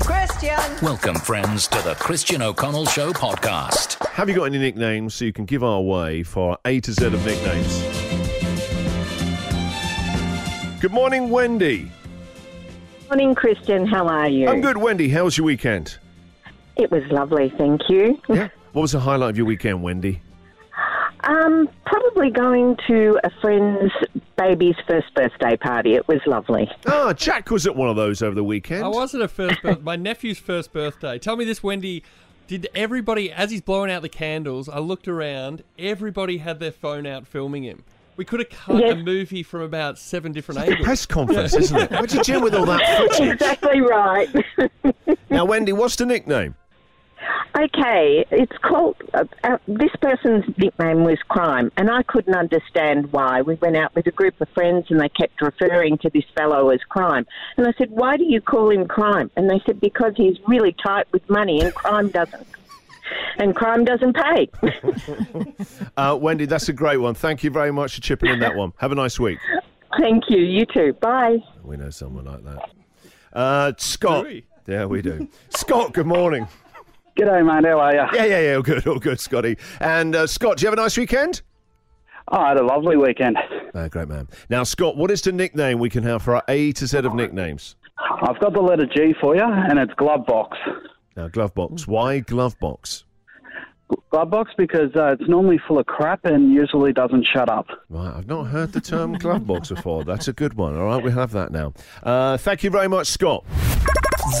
Christian. Welcome, friends, to the Christian O'Connell Show podcast. Have you got any nicknames so you can give our way for A to Z of nicknames? Good morning, Wendy. Morning, Christian. How are you? I'm good, Wendy. How was your weekend? It was lovely, thank you. Yeah. What was the highlight of your weekend, Wendy? Um, probably going to a friend's baby's first birthday party. It was lovely. Ah, Jack was at one of those over the weekend. I was at a first birth- my nephew's first birthday. Tell me this, Wendy. Did everybody, as he's blowing out the candles, I looked around, everybody had their phone out filming him. We could have cut Yes. a movie from about seven different Big angles. press conference, isn't it? Where'd you do with all that footage? Exactly right. Now, Wendy, what's the nickname? okay, it's called. Uh, uh, this person's nickname was Crime, and I couldn't understand why. We went out with a group of friends, and they kept referring to this fellow as Crime. And I said, "Why do you call him Crime?" And they said, "Because he's really tight with money, and Crime doesn't." And crime doesn't pay. Uh, Wendy, that's a great one. Thank you very much for chipping in that one. Have a nice week. Thank you. You too. Bye. We know someone like that. Uh, Scott. Do we? Yeah, we do. Scott, good morning. G'day, mate. How are you? Yeah, yeah, yeah. All good, all good, Scotty. And uh, Scott, do you have a nice weekend? Oh, I had a lovely weekend. Uh, great man. Now, Scott, what is the nickname we can have for our A to Z of nicknames? I've got the letter G for you, and it's glove box. Now, glove box. Why glove box? Glove box because uh, it's normally full of crap and usually doesn't shut up. Right, I've not heard the term glove box before. That's a good one. All right, we have that now. Uh, thank you very much, Scott.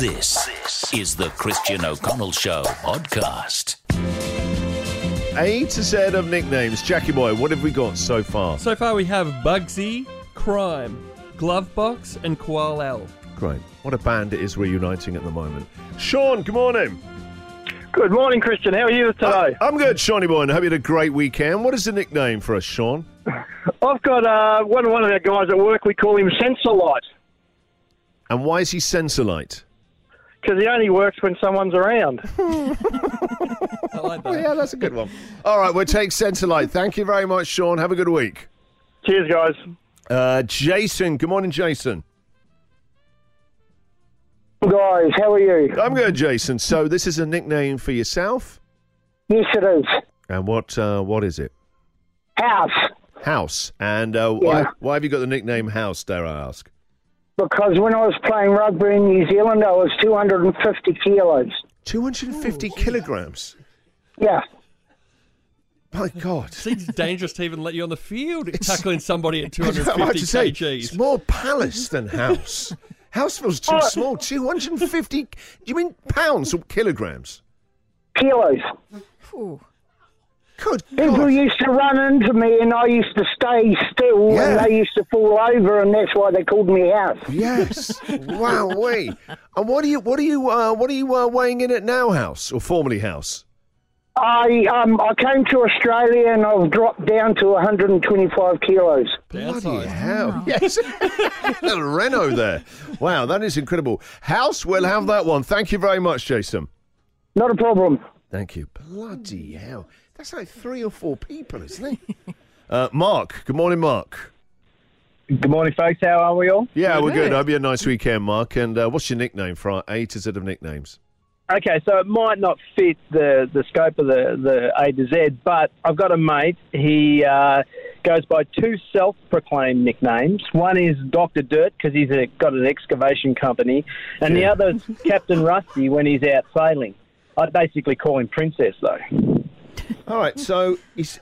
This is the Christian O'Connell Show podcast. A to Z of nicknames. Jackie boy, what have we got so far? So far, we have Bugsy, Crime, Glovebox, and Koala Owl. Great. What a band it is reuniting at the moment. Sean, good morning. Good morning, Christian. How are you today? I'm good, Shawnee boy, and I hope you had a great weekend. What is the nickname for us, Sean? I've got uh, one one of our guys at work. We call him Sensor Light And why is he Sensorlite? because he only works when someone's around. I like Oh, that. yeah, that's a good one. All right, we'll take Sensorlite. Thank you very much, Sean. Have a good week. Cheers, guys. Uh, Jason, good morning, Jason. Guys, how are you? I'm good, Jason. So this is a nickname for yourself, Yes, it is. and what uh, what is it? House, House. And uh, why why have you got the nickname House? Dare I ask? because when I was playing rugby in New Zealand, I was 250 kilos. Two hundred and fifty Oh, kilograms. Yeah. My God. Seems dangerous to even let you on the field It's- tackling somebody at I'm about 250 to say, kgs. it's more palace than house. house feels too small. Two hundred and fifty. Do you mean pounds or kilograms? Kilos. Good People God. used to run into me and I used to stay still Yeah. and they used to fall over and that's why they called me house. Yes. wow. Wait. And what are you? What are you? Uh, what are you uh, weighing in at now? House or formerly house? I um, I came to Australia and I've dropped down to 125 kilos. Bloody Downsized. hell. Yes. Little Renault there. Wow, that is incredible. House, we'll have that one. Thank you very much, Jason. Not a problem. Thank you. Bloody hell. That's like three or four people, isn't it? Uh, Mark, good morning, Mark. Good morning, folks. How are we all? Yeah, we're good. Hope you had a nice weekend, Mark. And uh, what's your nickname for our A to Z of nicknames? Okay, so it might not fit the, the scope of the, the A to Z, but I've got a mate. He uh, goes by two self proclaimed nicknames. One is Dr. Dirt because he's a, got an excavation company, and Yeah. the other is Captain Rusty when he's out sailing. I basically call him Princess, though. All right, so he's,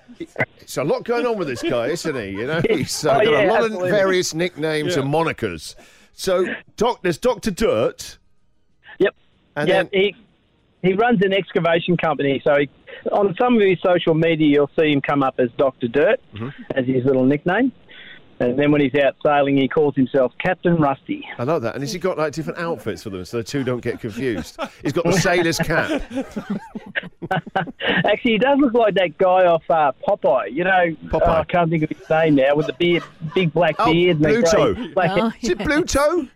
it's a lot going on with this guy, isn't he? You know, he's uh, got Oh, a yeah, lot absolutely. of various nicknames and monikers. So doc, there's Doctor Dirt, Yep. and yeah, then he he runs an excavation company. So he, on some of his social media, you'll see him come up as Doctor Dirt Mm-hmm. as his little nickname. And then when he's out sailing, he calls himself Captain Rusty. I like that. And has he got like different outfits for them so the two don't get confused? He's got the sailor's cap. Actually, he does look like that guy off uh, Popeye. You know, Popeye. oh, I can't think of his name now. With the beard, big black Oh, beard. and the Pluto. grey- black- Oh, Is it Pluto?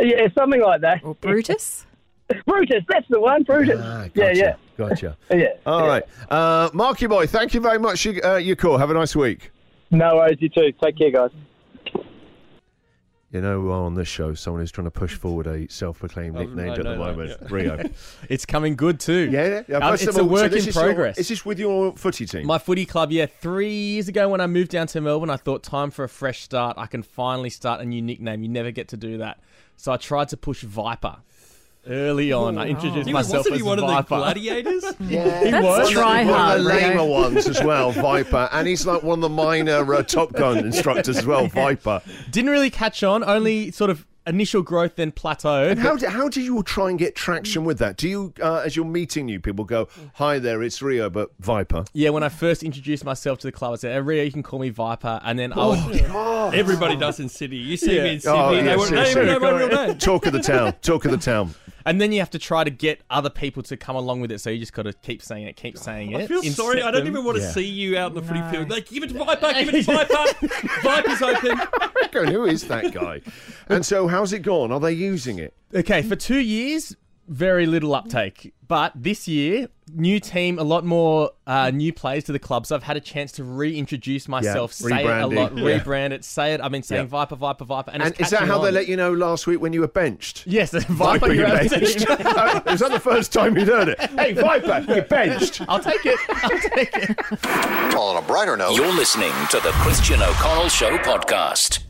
yeah, something like that. Or Brutus. Brutus, that's the one. Brutus. Ah, yeah, gotcha, yeah, Gotcha. yeah. Oh, All right. Uh, Marky Boy, thank you very much for your- uh, your call. Have a nice week. No worries, you too. Take care, guys. You know, on this show, someone who's trying to push forward a self-proclaimed I- I nickname at the know that, moment, Rio. It's coming good too. yeah, yeah. Um, First of it's a all, so work this in is your- progress. is this with your footy team? My footy club, yeah. Three years ago, when I moved down to Melbourne, I thought time for a fresh start. I can finally start a new nickname. You never get to do that, so I tried to push Viper early on. I introduced He was, myself Oh. wasn't as he one Viper. of the gladiators? yeah, That's One of the- try One hard, of the lamer Rio. ones as well, Viper, and he's like one of the minor uh, Top Gun instructors as well, Viper. Didn't really catch on. Only sort of initial growth, then plateaued. And how do, how do you try and get traction with that? Do you, uh, as you're meeting new people, go, "Hi there, it's Rio, but Viper." Yeah, when I first introduced myself to the club, I said, "Oh, Rio, you can call me Viper," and then I Oh, would. Everybody does in City. You see me in Sydney. Oh, yeah, they won't they seriously. won't know my real name. Talk of the town. Talk of the town. And then you have to try to get other people to come along with it. So you just got to keep saying it, keep saying it. I feel incent sorry. I don't them. even want to Yeah. see you out in the footy field. Like, give it to Viper. Give it to Viper. Viper's open. Going, who is that guy? And so, how's it gone? Are they using it? Okay, for two years, very little uptake. But this year, new team, a lot more uh, new players to the club. So I've had a chance to reintroduce myself, say it a rebranding. lot, Yeah. rebrand it, say it. I've been saying Yeah. Viper, Viper, Viper. And, And it's is that catching how they on. let you know last week when you were benched? Yes, Viper, you you're out of the benched. team. Oh, was that the first time you'd heard it? Hey, Viper, you're benched. I'll take it. I'll take it. On a brighter note, You're listening to the Christian O'Connell Show podcast.